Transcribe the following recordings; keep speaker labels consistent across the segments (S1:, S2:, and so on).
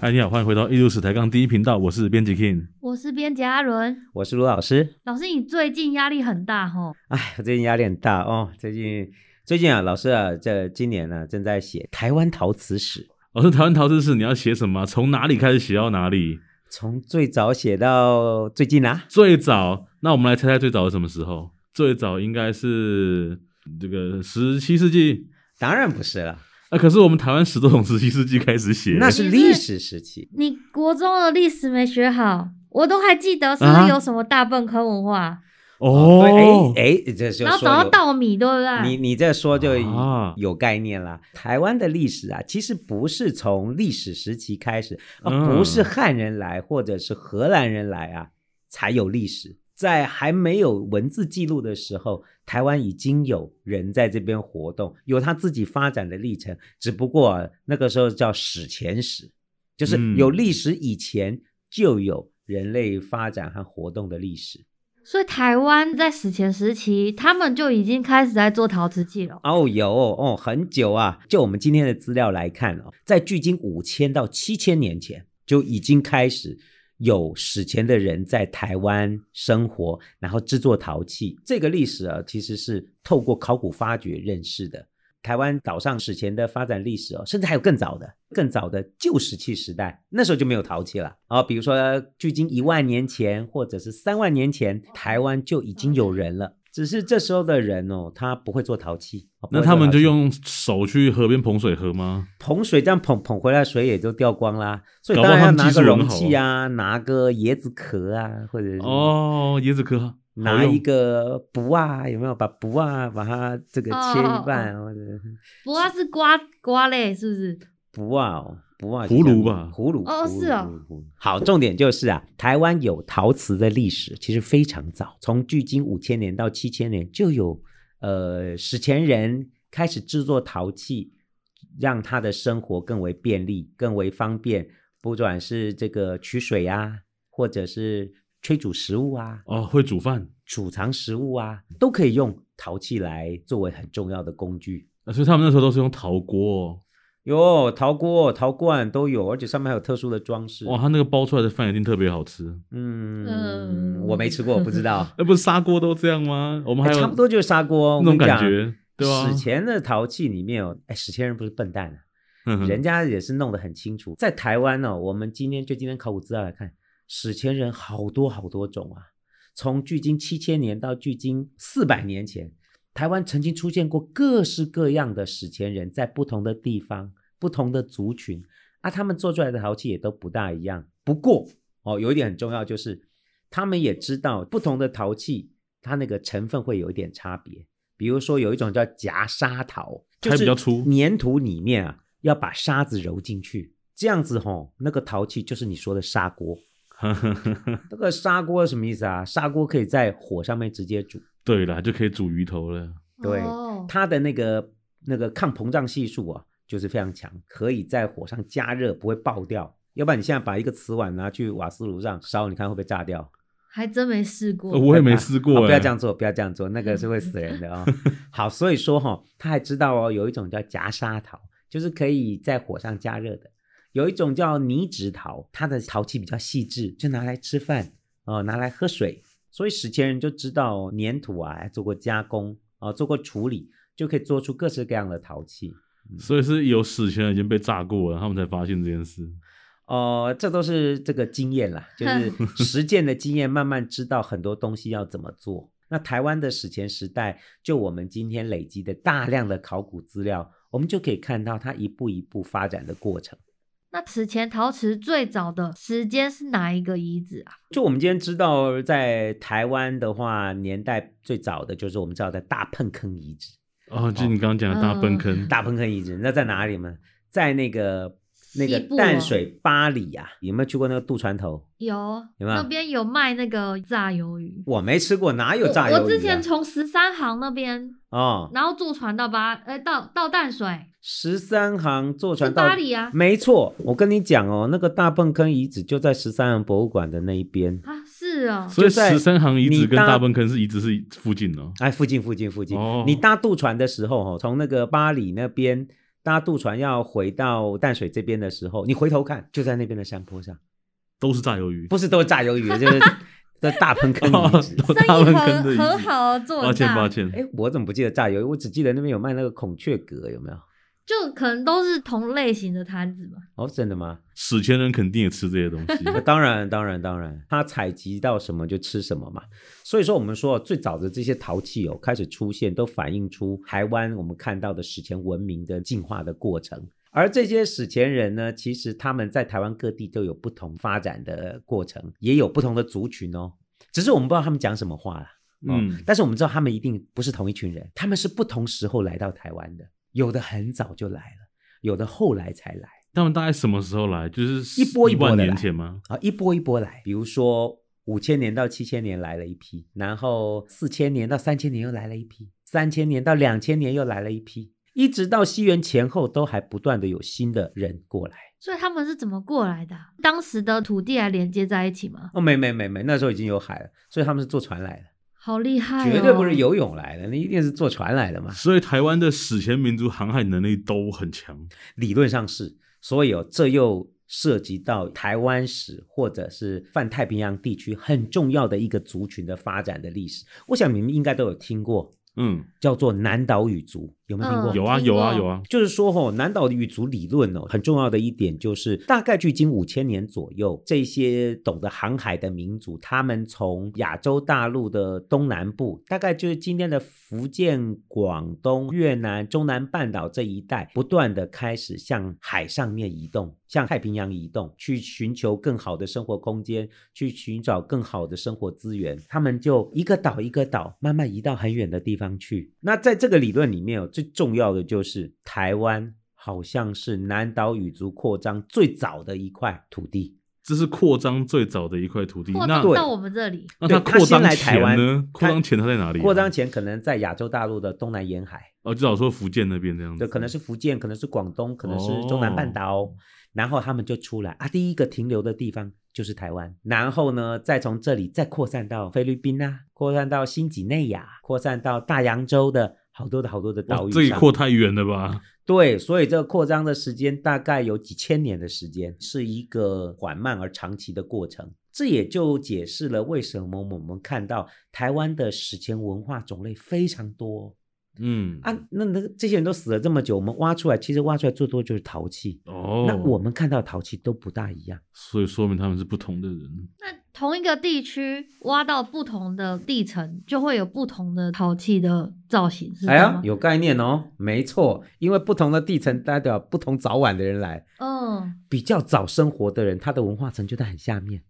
S1: 嗨，你好，欢迎回到艺术史抬杠第一频道，我是编辑 King。
S2: 我是编辑阿伦，
S3: 我是卢老师。
S2: 老师，你最近压力很大吼，
S3: 哎，我最近压力很大哦，最近最近啊，老师啊，这今年呢、正在写台湾陶瓷史，
S1: 老师，台湾陶瓷史你要写什么？从哪里开始写到哪里？
S3: 从最早写到最近啊，
S1: 最早，那我们来猜猜最早是什么时候？最早应该是这个十七世纪。
S3: 当然不是了，
S1: 啊，可是我们台湾史都从十七世纪开始写，
S3: 那是历史时期。
S2: 你国中的历史没学好，我都还记得是不
S1: 啊
S2: 是有什么大笨坑文化，
S1: 哦，
S3: 对哎哎，这就
S2: 然后
S3: 说
S2: 找到
S3: 有
S2: 稻米，对不对？
S3: 你你这说就
S1: 啊
S3: 有概念啦。台湾的历史啊，其实不是从历史时期开始，
S1: 嗯
S3: 啊，不是汉人来或者是荷兰人来啊才有历史。在还没有文字记录的时候，台湾已经有人在这边活动，有他自己发展的历程。只不过、啊、那个时候叫史前史，就是
S1: 嗯
S3: 有历史以前就有人类发展和活动的历史。
S2: 所以台湾在史前时期，他们就已经开始在做陶瓷器了。
S3: 哦，有哦，很久啊。就我们今天的资料来看哦，在距今五千到七千年前就已经开始有史前的人在台湾生活，然后制作陶器。这个历史啊，其实是透过考古发掘认识的。台湾岛上史前的发展历史哦，甚至还有更早的、更早的旧石器时代，那时候就没有陶器了。啊，比如说距今一万年前或者是三万年前，台湾就已经有人了。只是这时候的人哦，他不会做陶器，哦
S1: 那他们就。
S3: 不会做陶器
S1: 用手去河边捧水喝吗？
S3: 捧水这样捧捧回来，水也就掉光啦。所以
S1: 搞不
S3: 当
S1: 好
S3: 然要
S1: 他们
S3: 拿
S1: 技术
S3: 个
S1: 很
S3: 容
S1: 好
S3: 器啊，拿个椰子壳啊，或者是
S1: 哦，椰子壳好用，
S3: 拿一个不啊，有没有把不啊把它这个切一半，或者
S2: 不过它是瓜瓜类，是不是？
S3: 不啊哦，不啊，
S1: 葫芦吧
S3: 葫芦
S2: 哦
S3: 葫芦
S2: 是哦
S3: 葫芦葫芦好，重点就是啊，台湾有陶瓷的历史其实非常早，从距今五千年到七千年就有呃史前人开始制作陶器，让他的生活更为便利、更为方便，不管是这个取水啊，或者是炊煮食物啊，
S1: 哦，会煮饭，
S3: 储藏食物啊，都可以用陶器来作为很重要的工具。
S1: 啊所以他们那时候都是用陶锅哦、
S3: 有陶锅、陶罐都有，而且上面还有特殊的装饰。
S1: 哇，他那个包出来的饭一定特别好吃。
S3: 嗯
S2: 嗯，
S3: 我没吃过，我不知道。
S1: 那不是砂锅都这样吗？我们还
S3: 哎
S1: 有
S3: 差不多就是砂锅
S1: 那种
S3: 我跟你
S1: 感
S3: 讲
S1: 觉， 对啊吧、
S3: 史前的陶器里面有，哎，史前人不是笨蛋、
S1: 嗯
S3: 啊，
S1: 哼
S3: 人家也是弄得很清楚。在台湾呢、我们今天就今天考古资料来看，史前人好多好多种啊，从距今七千年到距今四百年前，台湾曾经出现过各式各样的史前人，在不同的地方、不同的族群啊，他们做出来的陶器也都不大一样。不过哦，有一点很重要，就是他们也知道不同的陶器，它那个成分会有一点差别。比如说有一种叫夹沙陶，就
S1: 还比
S3: 是
S1: 较粗
S3: 粘土里面啊要把沙子揉进去，这样子吼、那个陶器就是你说的 砂锅。那个砂锅什么意思啊？砂锅可以在火上面直接煮，
S1: 对啦，就可以煮鱼头了。
S3: 对
S2: 哦、
S3: 它的那个那个抗膨胀系数啊，就是非常强，可以在火上加热，不会爆掉。要不然你现在把一个瓷碗拿去瓦斯炉上烧，你看会不会炸掉？
S2: 还真没试过。
S1: 呃我也没试过、
S3: 啊
S1: 欸
S3: 不要这样做，不要这样做，那个是会死人的哦。好，所以说哈、他还知道哦，有一种叫夹沙陶，就是可以在火上加热的；有一种叫泥质陶，它的陶器比较细致，就拿来吃饭哦、拿来喝水。所以史前人就知道、哦、粘土啊，还做过加工啊、做过处理，就可以做出各式各样的陶器。
S1: 所以是有史前人已经被炸过了，他们才发现这件事。
S3: 哦、这都是这个经验啦，就是 实践的经验，慢慢知道很多东西要怎么做。那台湾的史前时代，就我们今天累积的大量的考古资料，我们就可以看到它一步一步发展的过程。
S2: 那史前陶瓷最早的时间是哪一个遗址啊？
S3: 就我们今天知道，在台湾的话，年代最早的就是我们知道的大粪坑遗址。
S1: 哦，就你刚刚讲的大粪坑，
S3: 大粪坑遗址那在哪里呢？在那个那个
S2: 西部哦
S3: 淡水巴里啊，有没有去过那个渡船头？
S2: 有，
S3: 有没
S2: 那
S3: 有
S2: 边有卖那个炸鱿鱼。
S3: 我没吃过，哪有炸鱿鱼、啊
S2: 我我之前从十三行那边，
S3: 哦，
S2: 然后坐船到巴，呃，到到淡水，
S3: 十三行坐
S2: 是
S3: 船到嗯
S2: 巴黎啊，
S3: 没错，我跟你讲哦，那个大粪坑遗址就在十三行博物馆的那一边，
S2: 啊，是哦，
S1: 所以
S3: 就在
S1: 十三行遗址
S3: 你
S1: 跟
S3: 搭
S1: 大粪坑是遗址是附近哦。
S3: 哎，附近附近附近。
S1: 哦
S3: 你搭渡船的时候哦，从那个巴黎那边搭渡船要回到淡水这边的时候，你回头看，就在那边的山坡上，
S1: 都是炸鱿鱼，
S3: 不是都是炸鱿鱼，就是 在大盆坑
S1: 哦
S3: 遗址。
S1: 都 大
S2: 生
S1: 粪
S2: 意
S1: 坑的
S2: 很
S1: 遗
S2: 很
S1: 址
S2: 好做大，
S1: 抱歉抱歉，
S3: 哎，我怎么不记得炸鱿鱼？我只记得那边有卖那个孔雀蛤，有没有？
S2: 就可能都是同类型的摊子吧。
S3: 哦，真的吗？
S1: 史前人肯定也吃这些东 西。
S3: 那当然，当然，当然，他采集到什么就吃什么嘛。所以说，我们说最早的这些陶器哦，开始出现，都反映出台湾我们看到的史前文明的进化的过程。而这些史前人呢，其实他们在台湾各地都有不同发展的过程，也有不同的族群哦。只是我们不知道他们讲什么话啦。嗯
S1: 嗯，
S3: 但是我们知道他们一定不是同一群人，他们是不同时候来到台湾的，有的很早就来了，有的后来才来。
S1: 他们大概什么时候来？就是
S3: 一波一波
S1: 万
S3: 地
S1: 年
S3: 来
S1: 前吗？
S3: 啊，一波一波来，比如说五千年到七千年来了一批，然后四千年到三千年又来了一批，三千年到两千年又来了一批，一直到西元前后都还不断的有新的人过来。
S2: 所以他们是怎么过来的啊、当时的土地还连接在一起吗？
S3: 哦，没没没没，那时候已经有海了，所以他们是坐船来的，
S2: 好厉害、哦！
S3: 绝对不是游泳来的，那一定是坐船来的嘛。
S1: 所以台湾的史前民族航海能力都很强。
S3: 理论上是，所以哦，这又涉及到台湾史或者是泛太平洋地区很重要的一个族群的发展的历史。我想你们应该都有听过，
S1: 嗯，
S3: 叫做南岛语族，有没有听过？
S2: 嗯
S1: 有啊，
S2: 听
S1: 有啊，
S2: 过
S1: 有啊。
S3: 就是说、哦，吼，南岛语族理论哦，很重要的一点就是，大概距今五千年左右，这些懂得航海的民族，他们从亚洲大陆的东南部，大概就是今天的福建、广东、越南、中南半岛这一带，不断的开始向海上面移动，向太平洋移动，去寻求更好的生活空间，去寻找更好的生活资源，他们就一个岛一个岛慢慢移到很远的地方去。那在这个理论里面哦，最重要的就是台湾好像是南岛语族扩张最早的一块土地。
S1: 这是扩张最早的一块土地。
S2: 扩
S1: 那
S3: 啊
S2: 张到我们这里，
S1: 那
S3: 对
S1: 它扩
S3: 先
S1: 张
S3: 来台
S1: 前
S3: 湾
S1: 呢？扩
S3: 它
S1: 张前它在哪里啊？
S3: 扩张前可能在亚洲大陆的东南沿海，
S1: 哦，至少说福建那边这样子。
S3: 对，可能是福建，可能是广东，可能是中南半岛，
S1: 嗯哦
S3: 然后他们就出来啊，第一个停留的地方就是台湾，然后呢，再从这里再扩散到菲律宾啊，扩散到新几内亚，扩散到大洋洲的好多的好多的
S1: 哇
S3: 岛屿
S1: 这一
S3: 上。
S1: 扩太远了吧？
S3: 对，所以这个扩张的时间大概有几千年的时间，是一个缓慢而长期的过程。这也就解释了为什么我们看到台湾的史前文化种类非常多、
S1: 嗯
S3: 啊，那那这些人都死了这么久，我们挖出来，其实挖出来最多就是陶器。
S1: 哦，
S3: 那我们看到的陶器都不大一样，
S1: 所以说明他们是不同的人。
S2: 那同一个地区挖到不同的地层，就会有不同的陶器的造型，是这
S3: 哎
S2: 样
S3: 呀
S2: 吗，？
S3: 有概念哦，没错，因为不同的地层代表不同早晚的人来，
S2: 嗯，
S3: 比较早生活的人，他的文化层就在很下面；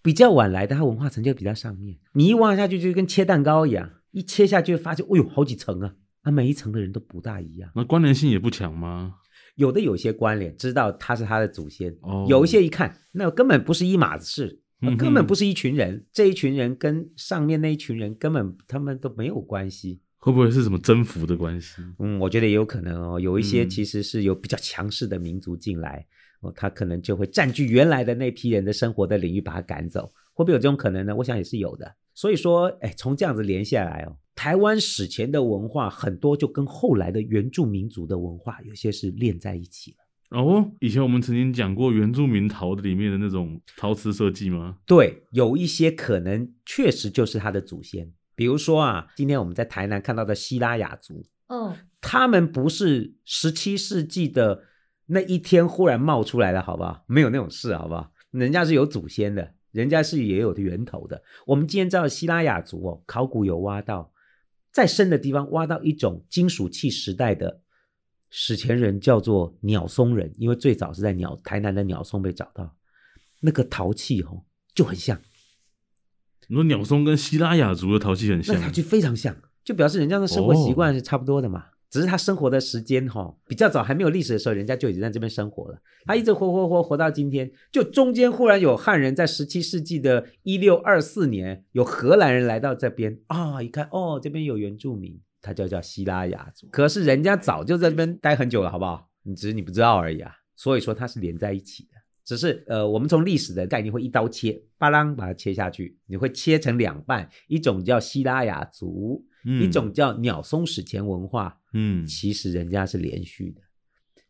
S3: 比较晚来的，他文化层就比较上面。你一挖下去，就跟切蛋糕一样，一切下去发现，哎呦，好几层啊！啊，每一层的人都不大一样，
S1: 那关联性也不强吗？
S3: 有的有些关联，知道他是他的祖先，
S1: 哦，
S3: 有一些一看，那根本不是一码子事，呃
S1: 嗯哼
S3: 根本不是一群人。这一群人跟上面那一群人根本他们都没有关系。
S1: 会不会是什么征服的关系？
S3: 嗯，我觉得也有可能哦，有一些
S1: 嗯
S3: 其实是有比较强势的民族进来，哦，他可能就会占据原来的那批人的生活的领域，把他赶走，会不会有这种可能呢？我想也是有的。所以说，哎，从这样子连下来哦，台湾史前的文化很多就跟后来的原住民族的文化有些是连在一起了。
S1: 哦，以前我们曾经讲过原住民陶的里面的那种陶瓷设计吗？
S3: 对，有一些可能确实就是他的祖先，比如说啊，今天我们在台南看到的希拉雅族，
S2: 哦，
S3: 他们不是十七世纪的那一天忽然冒出来的，好不好？没有那种事，好不好？人家是有祖先的，人家是也有源头的。我们今天知道希拉雅族哦，考古有挖到，在深的地方挖到一种金属器时代的史前人，叫做鸟松人，因为最早是在鸟台南的鸟松被找到，那个陶器哦就很像，
S1: 你说鸟松跟希拉雅族的陶器很
S3: 那
S1: 像，
S3: 陶器非常像，就表示人家的生活习惯是差不多的嘛。只是他生活的时间哈、比较早，还没有历史的时候，人家就已经在这边生活了。他一直活活活活到今天，就中间忽然有汉人在十七世纪的一六二四年，有荷兰人来到这边啊、一看哦，这边有原住民，他就叫希拉雅族。可是人家早就在这边待很久了，好不好？你只是你不知道而已啊。所以说它是连在一起的。只是呃，我们从历史的概念会一刀切，巴啷把它切下去，你会切成两半，一种叫希拉雅族，
S1: 嗯
S3: 一种叫鸟松史前文化，
S1: 嗯，
S3: 其实人家是连续的。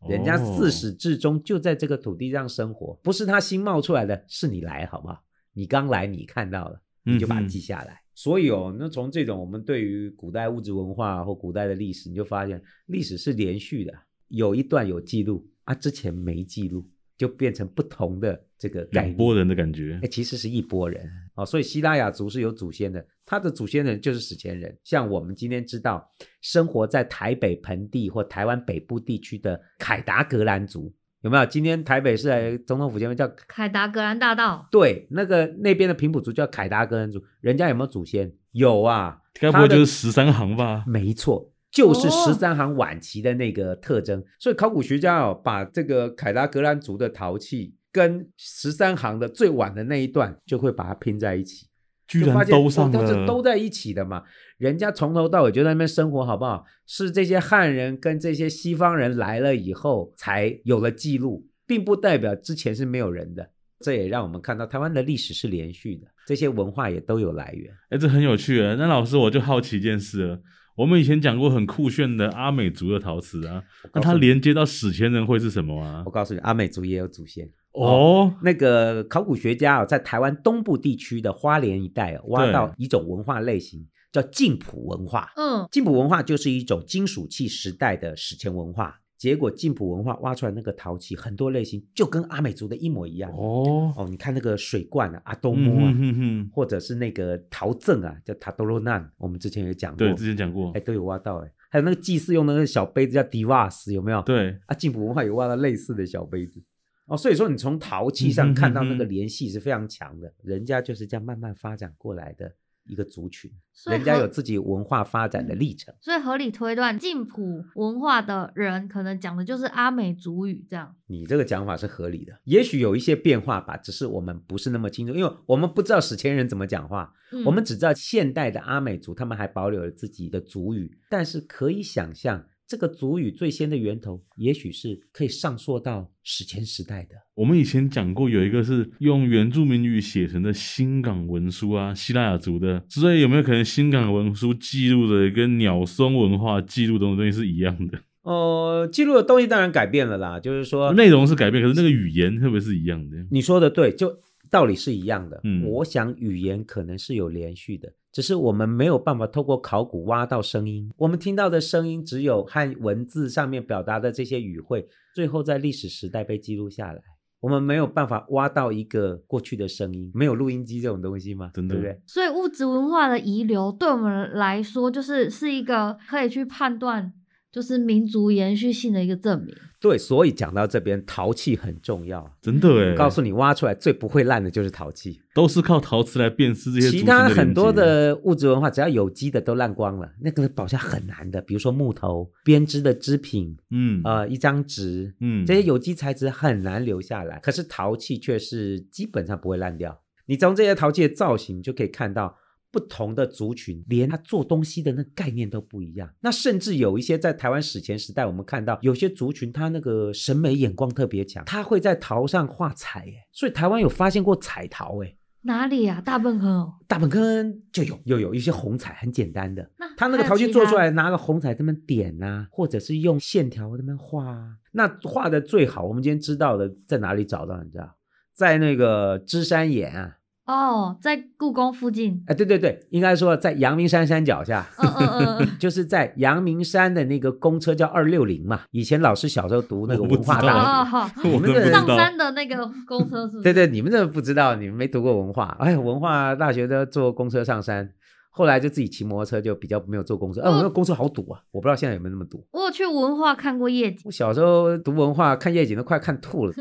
S3: 人家
S1: 哦
S3: 自始至终就在这个土地上生活，不是他新冒出来的，是你来好不好？你刚来，你看到了，你就把它
S1: 嗯哼
S3: 记下来。所以哦，那从这种我们对于古代物质文化或古代的历史，你就发现历史是连续的，有一段有记录啊，之前没记录，就变成不同的这个概
S1: 两
S3: 念。
S1: 拨人的感觉
S3: 哎、。其实是一波人啊、哦，所以希腊雅族是有祖先的，他的祖先人就是史前人。像我们今天知道，生活在台北盆地或台湾北部地区的凯达格兰族，有没有？今天台北市来总统府前面叫
S2: 凯达格兰大道，
S3: 对，那个那边的平埔族叫凯达格兰族，人家有没有祖先？有啊，
S1: 该不
S3: 他
S1: 会
S3: 的嗯
S1: 就是十三行吧？
S3: 没错，就是
S2: 哦
S3: 十三行晚期的那个特征。所以考古学家哦，把这个凯达格兰族的陶器跟十三行的最晚的那一段，就会把它拼在一起，
S1: 居
S3: 就发
S1: 然
S3: 现
S1: 都上
S3: 哦它是
S1: 了，
S3: 都在一起的嘛。人家从头到尾就在那边生活，好不好？是这些汉人跟这些西方人来了以后才有了记录，并不代表之前是没有人的。这也让我们看到台湾的历史是连续的，这些文化也都有来源。
S1: 哎，这很有趣耶。那老师，我就好奇一件事了。我们以前讲过很酷炫的阿美族的陶瓷啊，那它连接到史前人会是什么啊
S3: 我？告诉你，阿美族也有祖先。
S1: 哦，
S3: 那个考古学家啊，在台湾东部地区的花莲一带、啊，挖
S1: 对
S3: 到一种文化类型，叫晋普文化。
S2: 嗯，
S3: 晋普文化就是一种金属器时代的史前文化。结果晋普文化挖出来那个陶器，很多类型就跟阿美族的一模一样。哦，
S1: 哦，
S3: 你看那个水罐啊，阿多
S1: 嗯
S3: 摩啊，
S1: 哼哼哼
S3: 或者是那个陶赠啊，叫塔多罗难，我们之前有讲过，
S1: 对，之前讲过
S3: 哎，，都有挖到哎、还有那个祭祀用的那个小杯子叫迪瓦斯，有没有？
S1: 对，
S3: 啊，进补文化有挖到类似的小杯子哦，所以说你从陶器上看到那个联系是非常强的，人家就是这样慢慢发展过来的一个族群，
S2: 所以
S3: 人家
S2: 合
S3: 有自己文化发展的历程。
S2: 所以合理推断，晋普文化的人可能讲的就是阿美族语这样。
S3: 你这个讲法是合理的，也许有一些变化吧，只是我们不是那么清楚，因为我们不知道史前人怎么讲话，
S2: 嗯、
S3: 我们只知道现代的阿美族他们还保留了自己的族语，但是可以想象。这个族语最先的源头，也许是可以上溯到史前时代的。
S1: 我们以前讲过，有一个是用原住民语写成的新港文书啊，希腊雅族的，所以有没有可能新港文书记录的跟鸟松文化记录的东西是一样的？
S3: 呃，记录的东西当然改变了啦，就是说
S1: 内容是改变，可是那个语言特别是一样的。
S3: 你说的对，就道理是一样的。
S1: 嗯
S3: 我想语言可能是有连续的，只是我们没有办法透过考古挖到声音，我们听到的声音只有和文字上面表达的这些语汇，最后在历史时代被记录下来。我们没有办法挖到一个过去的声音，没有录音机这种东西嘛，
S1: 真的
S3: 对不对？
S2: 所以物质文化的遗留对我们来说，就是是一个可以去判断就是民族延续性的一个证明。
S3: 对，所以讲到这边，陶器很重要。啊
S1: 真的哎，
S3: 嗯告诉你，挖出来最不会烂的就是陶器，
S1: 都是靠陶瓷来辨识这些族
S3: 其
S1: 群的啊
S3: 他
S1: 连接
S3: 很多的物质文化，只要有机的都烂光了，那个保存很难的。比如说木头、编织的织品，
S1: 嗯
S3: 呃，一张纸，
S1: 嗯
S3: 这些有机材质很难留下来。可是陶器却是基本上不会烂掉。你从这些陶器的造型就可以看到。不同的族群，连他做东西的那个概念都不一样。那甚至有一些在台湾史前时代，我们看到有些族群，他那个审美眼光特别强，他会在陶上画彩，耶。所以台湾有发现过彩陶，哎，
S2: 哪里啊？大笨坑哦，
S3: 大本坑就有又有一些红彩，很简单的，
S2: 那
S3: 他那
S2: 还
S3: 个
S2: 有
S3: 陶器
S2: 其
S3: 做
S2: 他
S3: 出来，拿个红彩这么点啊，或者是用线条这么画啊。那画的最好，我们今天知道的在哪里找到？你知道，在那个芝山岩啊，
S2: 哦，在故宫附近。
S3: 哎，对对对，应该说在阳明山山脚下。
S2: 嗯嗯嗯 嗯，
S3: 就是在阳明山的那个公车叫二六零嘛，以前老师小时候读那个
S1: 我不
S3: 文化
S1: 知道
S3: 大
S2: 哦，
S3: 学，
S2: 好
S1: 我
S3: 们
S1: 真不
S3: 这
S1: 知
S2: 上
S1: 道。
S2: 山的那个公车是不是？
S3: 对对，你们这不知道，你们没读过文化。哎，文化大学都坐公车上山，后来就自己骑摩托车，就比较没有坐公车。哎，
S2: 嗯
S3: 我那个公车好堵啊，我不知道现在有没有那么堵。
S2: 我有去文化看过夜景。
S3: 我小时候读文化，看夜景都快看 吐了，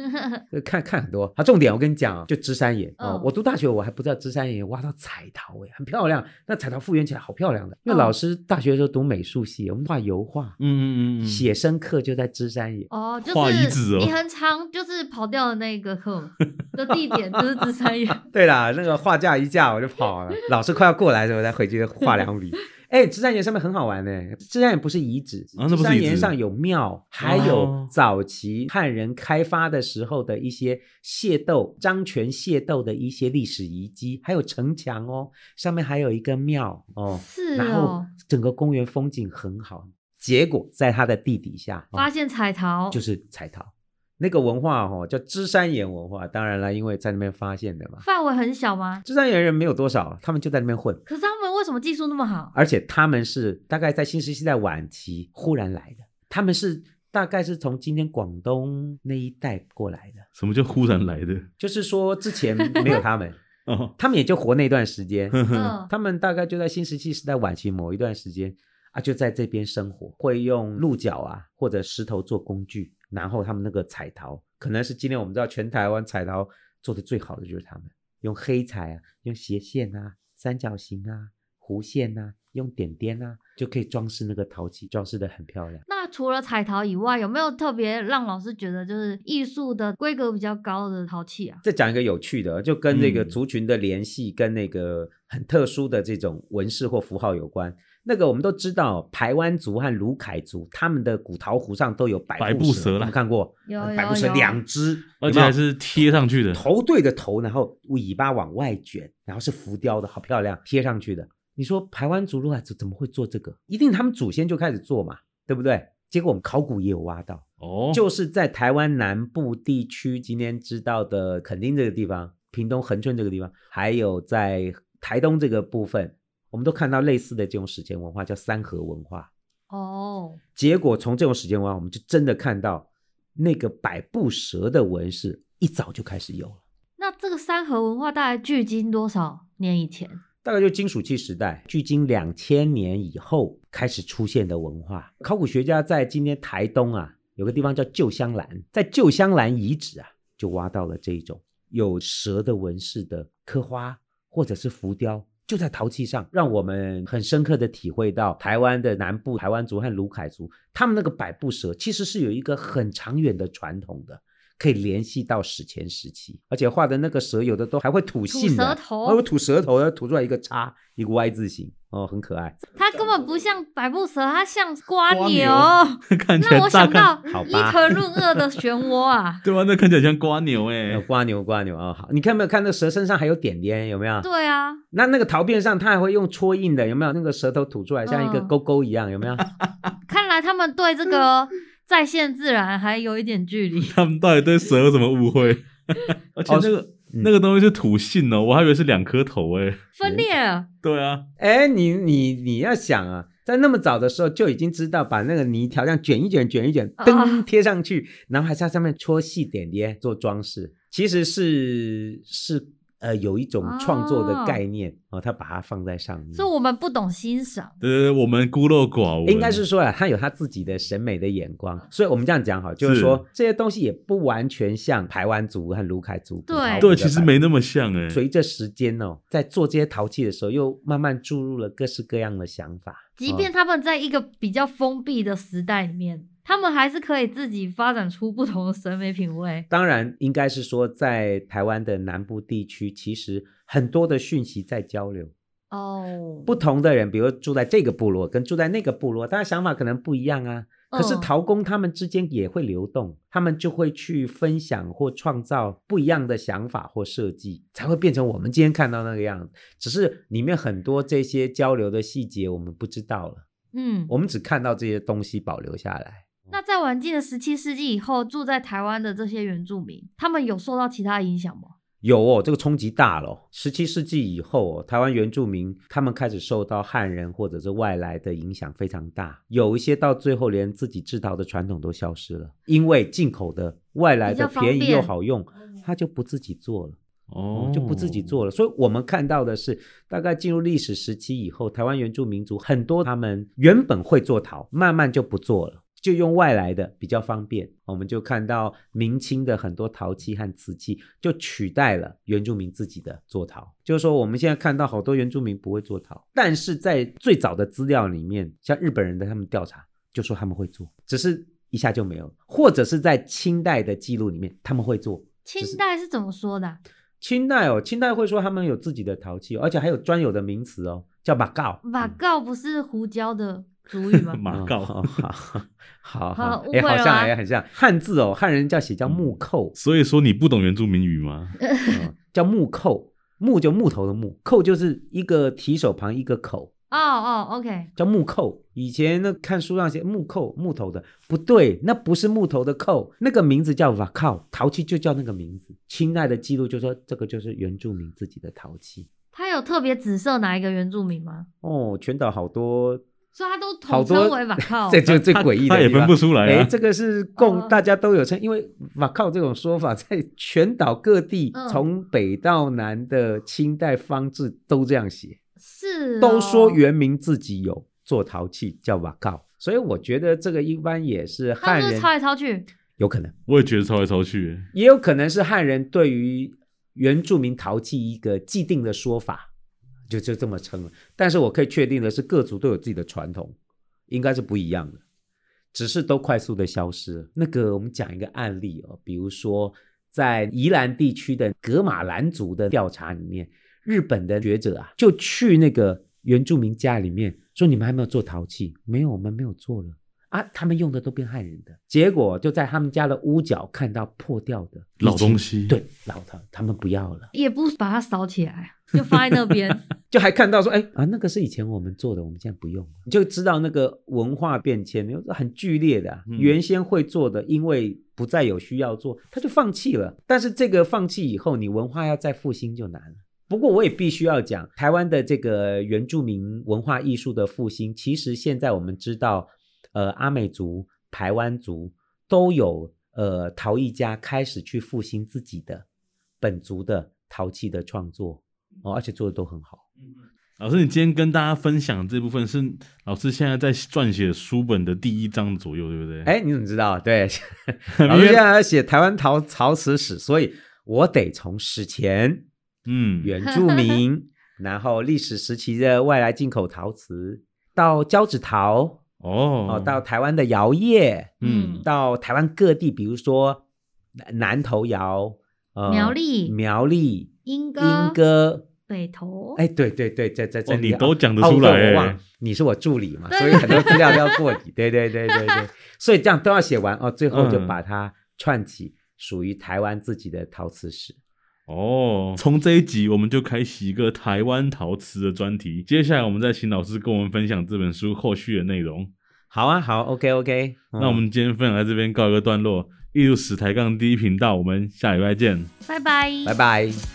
S3: 就看看很多。啊，重点我跟你讲啊，就芝山岩啊、
S2: 嗯
S3: 我读大学我还不知道芝山岩挖到彩陶哎、很漂亮。那彩陶复原起来好漂亮的，因为
S2: 嗯
S3: 老师大学的时候读美术系，我们画油画，
S1: 嗯嗯嗯嗯，
S3: 写生课就在芝山岩。
S2: 哦，就
S1: 画遗
S2: 是
S1: 址哦
S2: 你很常就是跑掉的那个课 嘛的地点就是芝山岩。
S3: 对啦，那个画架一架我就跑了，老师快要过来的时候我再回去画两笔。哎，芝山岩上面很好玩呢、芝山岩不是遗址，
S1: 啊
S3: 芝
S1: 那不是遗址
S3: 山岩上有庙，还有
S1: 哦
S3: 早期汉人开发的时候的一些械斗、张权械斗的一些历史遗迹，还有城墙哦，上面还有一个庙哦，
S2: 是
S3: 然后
S2: 哦，
S3: 整个公园风景很好。结果在他的地底下哦
S2: 发现彩陶，
S3: 就是彩陶。那个文化哦，叫芝山岩文化，当然了，因为在那边发现的嘛。
S2: 范围很小吗？
S3: 芝山岩人没有多少，他们就在那边混，
S2: 可是他们为什么技术那么 好？
S3: 而且他们是大概在新石器在晚期忽然来的，他们是大概是从今天广东那一带过来的，
S1: 什么叫忽然来的？
S3: 就是说之前没有他们，
S1: 哦，
S3: 他们也就活那段时间，
S2: 嗯，
S3: 他们大概就在新石器时代晚期某一段时间啊，就在这边生活，会用鹿角啊或者石头做工具，然后他们那个彩陶，可能是今天我们知道全台湾彩陶做的最好的就是他们，用黑彩啊，用斜线啊、三角形啊、弧线啊，用点点啊，就可以装饰那个陶器，装饰的很漂亮。
S2: 那除了彩陶以外，有没有特别让老师觉得就是艺术的规格比较高的陶器啊？
S3: 再讲一个有趣的，就跟这个
S1: 嗯
S3: 族群的联系，跟那个很特殊的这种纹饰或符号有关。那个我们都知道，排湾族和卢凯族他们的古陶壶上都有百
S1: 百
S3: 步
S1: 步蛇
S3: 蛇，
S1: 啦
S3: 你们看过？
S2: 有
S3: 百步
S2: 有
S3: 蛇
S2: 有，
S3: 两只，
S1: 而
S3: 有没
S1: 且
S3: 有
S1: 还是贴上去的，
S3: 头对着头，然后尾巴往外卷，然后是浮雕的，好漂亮，贴上去的。你说排湾族、卢凯族怎么会做这个？一定他们祖先就开始做嘛，对不对？结果我们考古也有挖到，
S1: 哦，
S3: 就是在台湾南部地区，今天知道的垦丁这个地方、屏东恒春这个地方，还有在台东这个部分，我们都看到类似的这种史前文化，叫三河文化。
S2: 哦，
S3: 结果从这种史前文化，我们就真的看到那个百步蛇的纹饰一早就开始有了，
S2: 那这个三河文化大概距今多少年以前？
S3: 大概就金属器时代，距今两千年以后开始出现的文化。考古学家在今天台东啊，有个地方叫旧香兰，在旧香兰遗址啊，就挖到了这一种有蛇的纹饰的刻花或者是浮雕，就在陶器上，让我们很深刻的体会到台湾的南部台湾族和卢凯族，他们那个百步蛇其实是有一个很长远的传统的。可以联系到史前时期，而且画的那个蛇有的都哦还会吐信呢
S2: 舌头
S3: 还会吐舌头，要吐出来一个叉，一个 Y 字形，哦，很可爱。
S2: 它根本不像百步蛇，它像瓜
S1: 瓜
S2: 牛，
S1: 牛 看起来
S2: 让我
S1: 乍
S2: 想
S1: 看。
S2: 到
S3: 好
S2: 伊
S3: 吧
S2: 藤润二的漩涡啊
S1: 对吧？那看起来像瓜牛哎
S3: 呃，，瓜牛瓜牛啊、好，你看没有看那蛇身上还有点点，有没有？
S2: 对啊，
S3: 那那个陶片上它还会用戳印的，有没有？那个舌头吐出来像一个
S2: 嗯
S3: 勾勾一样，有没 有？
S2: 看来他们对这 个在线自然还有一点距离。
S1: 他们到底对蛇有什么误会？ 而且那个
S3: 嗯
S1: 那个东西是土性哦，我还以为是两颗头 哎，
S2: 分裂了，
S1: 对啊，
S3: 哎，你你你要想啊，在那么早的时候就已经知道把那个泥条这样卷一卷，卷一卷，
S2: 啊
S3: 噔贴上去，然后还在上面戳细点点做装饰，其实是是呃有一种创作的
S2: 哦
S3: 概念哦，他把它放在上面。
S2: 是我们不懂欣赏。
S1: 对对对，我们孤陋寡闻，
S3: 应该是说啊，他有他自己的审美的眼光，所以我们这样讲好，就是
S1: 是
S3: 说这些东西也不完全像台湾族和卢凯族。
S2: 对
S3: 古陶
S1: 对，
S3: 的
S1: 其实
S3: 版
S1: 没那么像哎，
S3: 随着时间哦，在做这些陶器的时候，又慢慢注入了各式各样的想法。
S2: 即便他们在一个比较封闭的时代里面，他们还是可以自己发展出不同的审美品味。
S3: 当然，应该是说在台湾的南部地区，其实很多的讯息在交流。
S2: 哦，
S3: 不同的人，比如住在这个部落跟住在那个部落，大家想法可能不一样啊。可是
S2: 嗯
S3: 陶工他们之间也会流动，他们就会去分享或创造不一样的想法或设计，才会变成我们今天看到那个样子。只是里面很多这些交流的细节我们不知道了，
S2: 嗯，
S3: 我们只看到这些东西保留下来。
S2: 那在晚近的十七世纪以后，住在台湾的这些原住民，他们有受到其他影响吗？
S3: 有哦，这个冲击大了哦。十七世纪以后、哦，台湾原住民他们开始受到汉人或者是外来的影响非常大，有一些到最后连自己制陶的传统都消失了，因为进口的外来的
S2: 比较方
S3: 便
S2: 便嗯
S3: 宜又好用，他就不自己做了，
S1: 哦，
S3: 就不自己做了。所以我们看到的是，大概进入历史时期以后，台湾原住民族很多他们原本会做陶，慢慢就不做了。就用外来的比较方便，我们就看到明清的很多陶器和瓷器就取代了原住民自己的做陶。就是说，我们现在看到好多原住民不会做陶，但是在最早的资料里面，像日本人的他们调查就说他们会做，只是一下就没有了，或者是在清代的记录里面他们会做。只
S2: 清
S3: 是
S2: 代是怎么说的啊、
S3: 清代哦，清代会说他们有自己的陶器，而且还有专有的名词哦，叫马告。嗯
S2: 马告不是胡椒的主语 吗？
S1: 马告，
S3: 哦好好好
S2: 好
S3: 好
S2: 误，
S3: 哎，
S2: 会
S3: 好
S2: 了啊
S3: 像
S2: 吧
S3: 哎，很像汉字哦，汉人叫写叫木扣，
S1: 所以说你不懂原住民语吗？
S3: 嗯叫木扣，木就木头的木，扣就是一个提手旁一个口，
S2: 哦哦，OK，
S3: 叫木扣。以前呢，看书上写木扣，木头的不对，那不是木头的扣，那个名字叫瓦靠，陶器就叫那个名字。清代的记录就说这个就是原住民自己的陶器。
S2: 他有特别指涉哪一个原住民吗？
S3: 哦，全岛好多，
S2: 所以他都统
S3: 好多。
S2: 称为瓦靠
S3: 这就是最诡异
S1: 他
S3: 的
S1: 也
S3: 地
S1: 分
S3: 方
S1: 不。出来
S3: 哎，
S1: 啊。
S3: 这个是共
S2: 哦
S3: 大家都有称，因为瓦靠这种说法在全岛各地，
S2: 嗯
S3: 从北到南的清代方志都这样写。
S2: 是、哦、
S3: 都说原名自己有做陶器叫瓦告，所以我觉得这个一般也是
S2: 他
S3: 汉
S2: 就是
S3: 人
S2: 抄来抄去，
S3: 有可能，
S1: 我也觉得抄来抄去，
S3: 也有可能是汉人对于原住民陶器一个既定的说法，就就这么称了。但是我可以确定的是，各族都有自己的传统，应该是不一样的，只是都快速的消失了。那个我们讲一个案例哦，比如说在宜兰地区的格马兰族的调查里面，日本的学者啊就去那个原住民家里面说：“你们还没有做陶器？没有，我们没有做了。”啊，他们用的都变汉人的，结果就在他们家的屋角看到破掉的
S1: 老东
S3: 西，
S1: 西。
S3: 对，老陶，他们不要了，
S2: 也不把它扫起来，就放在那 边。
S3: 就还看到说，哎啊，那个是以前我们做的，我们现在不用了，你就知道那个文化变迁很剧烈的啊、
S1: 嗯
S3: 原先会做的，因为不再有需要做，他就放弃了。但是这个放弃以后，你文化要再复兴就难了。不过我也必须要讲，台湾的这个原住民文化艺术的复兴，其实现在我们知道，呃，阿美族、排湾族都有呃陶艺家开始去复兴自己的本族的陶器的创作哦，而且做的都很好。
S1: 老师，你今天跟大家分享这部分是老师现在在撰写书本的第一章左右，对不对？
S3: 哎，你怎么知 道？对，
S1: 因
S3: 老师
S1: 为
S3: 现在要写台湾陶陶瓷史，所以我得从史前
S1: 嗯，
S3: 原 住民，然后历史时期的外来进口陶瓷，到胶纸陶
S1: 哦
S3: 哦，到台湾的窑业，
S1: 嗯
S3: 到台湾各地，比如说南南投窑、呃
S2: 苗栗
S3: 苗栗、
S2: 莺歌、
S3: 莺歌，
S2: 北投，
S3: 哎，对对对，在在这
S1: 哦，
S3: 里
S1: 你
S3: 啊
S1: 都讲得
S3: 哦
S1: 出
S3: 对
S1: 来
S3: 我
S1: 哎
S3: 忘，你是我助理嘛，
S2: 对
S3: 所以很多资料都要过你。 对对对对对，所以这样都要写完哦，最后就
S1: 嗯
S3: 把它串起属于台湾自己的陶瓷史。
S1: 哦，从这一集我们就开启一个台湾陶瓷的专题，接下来我们再请老师跟我们分享这本书后续的内容。
S3: 好啊，好，OK 嗯 OK，
S1: 那我们今天分享到这边告一个段落，艺术史抬杠第一频道，我们下礼拜见。
S2: 拜拜，
S3: 拜拜。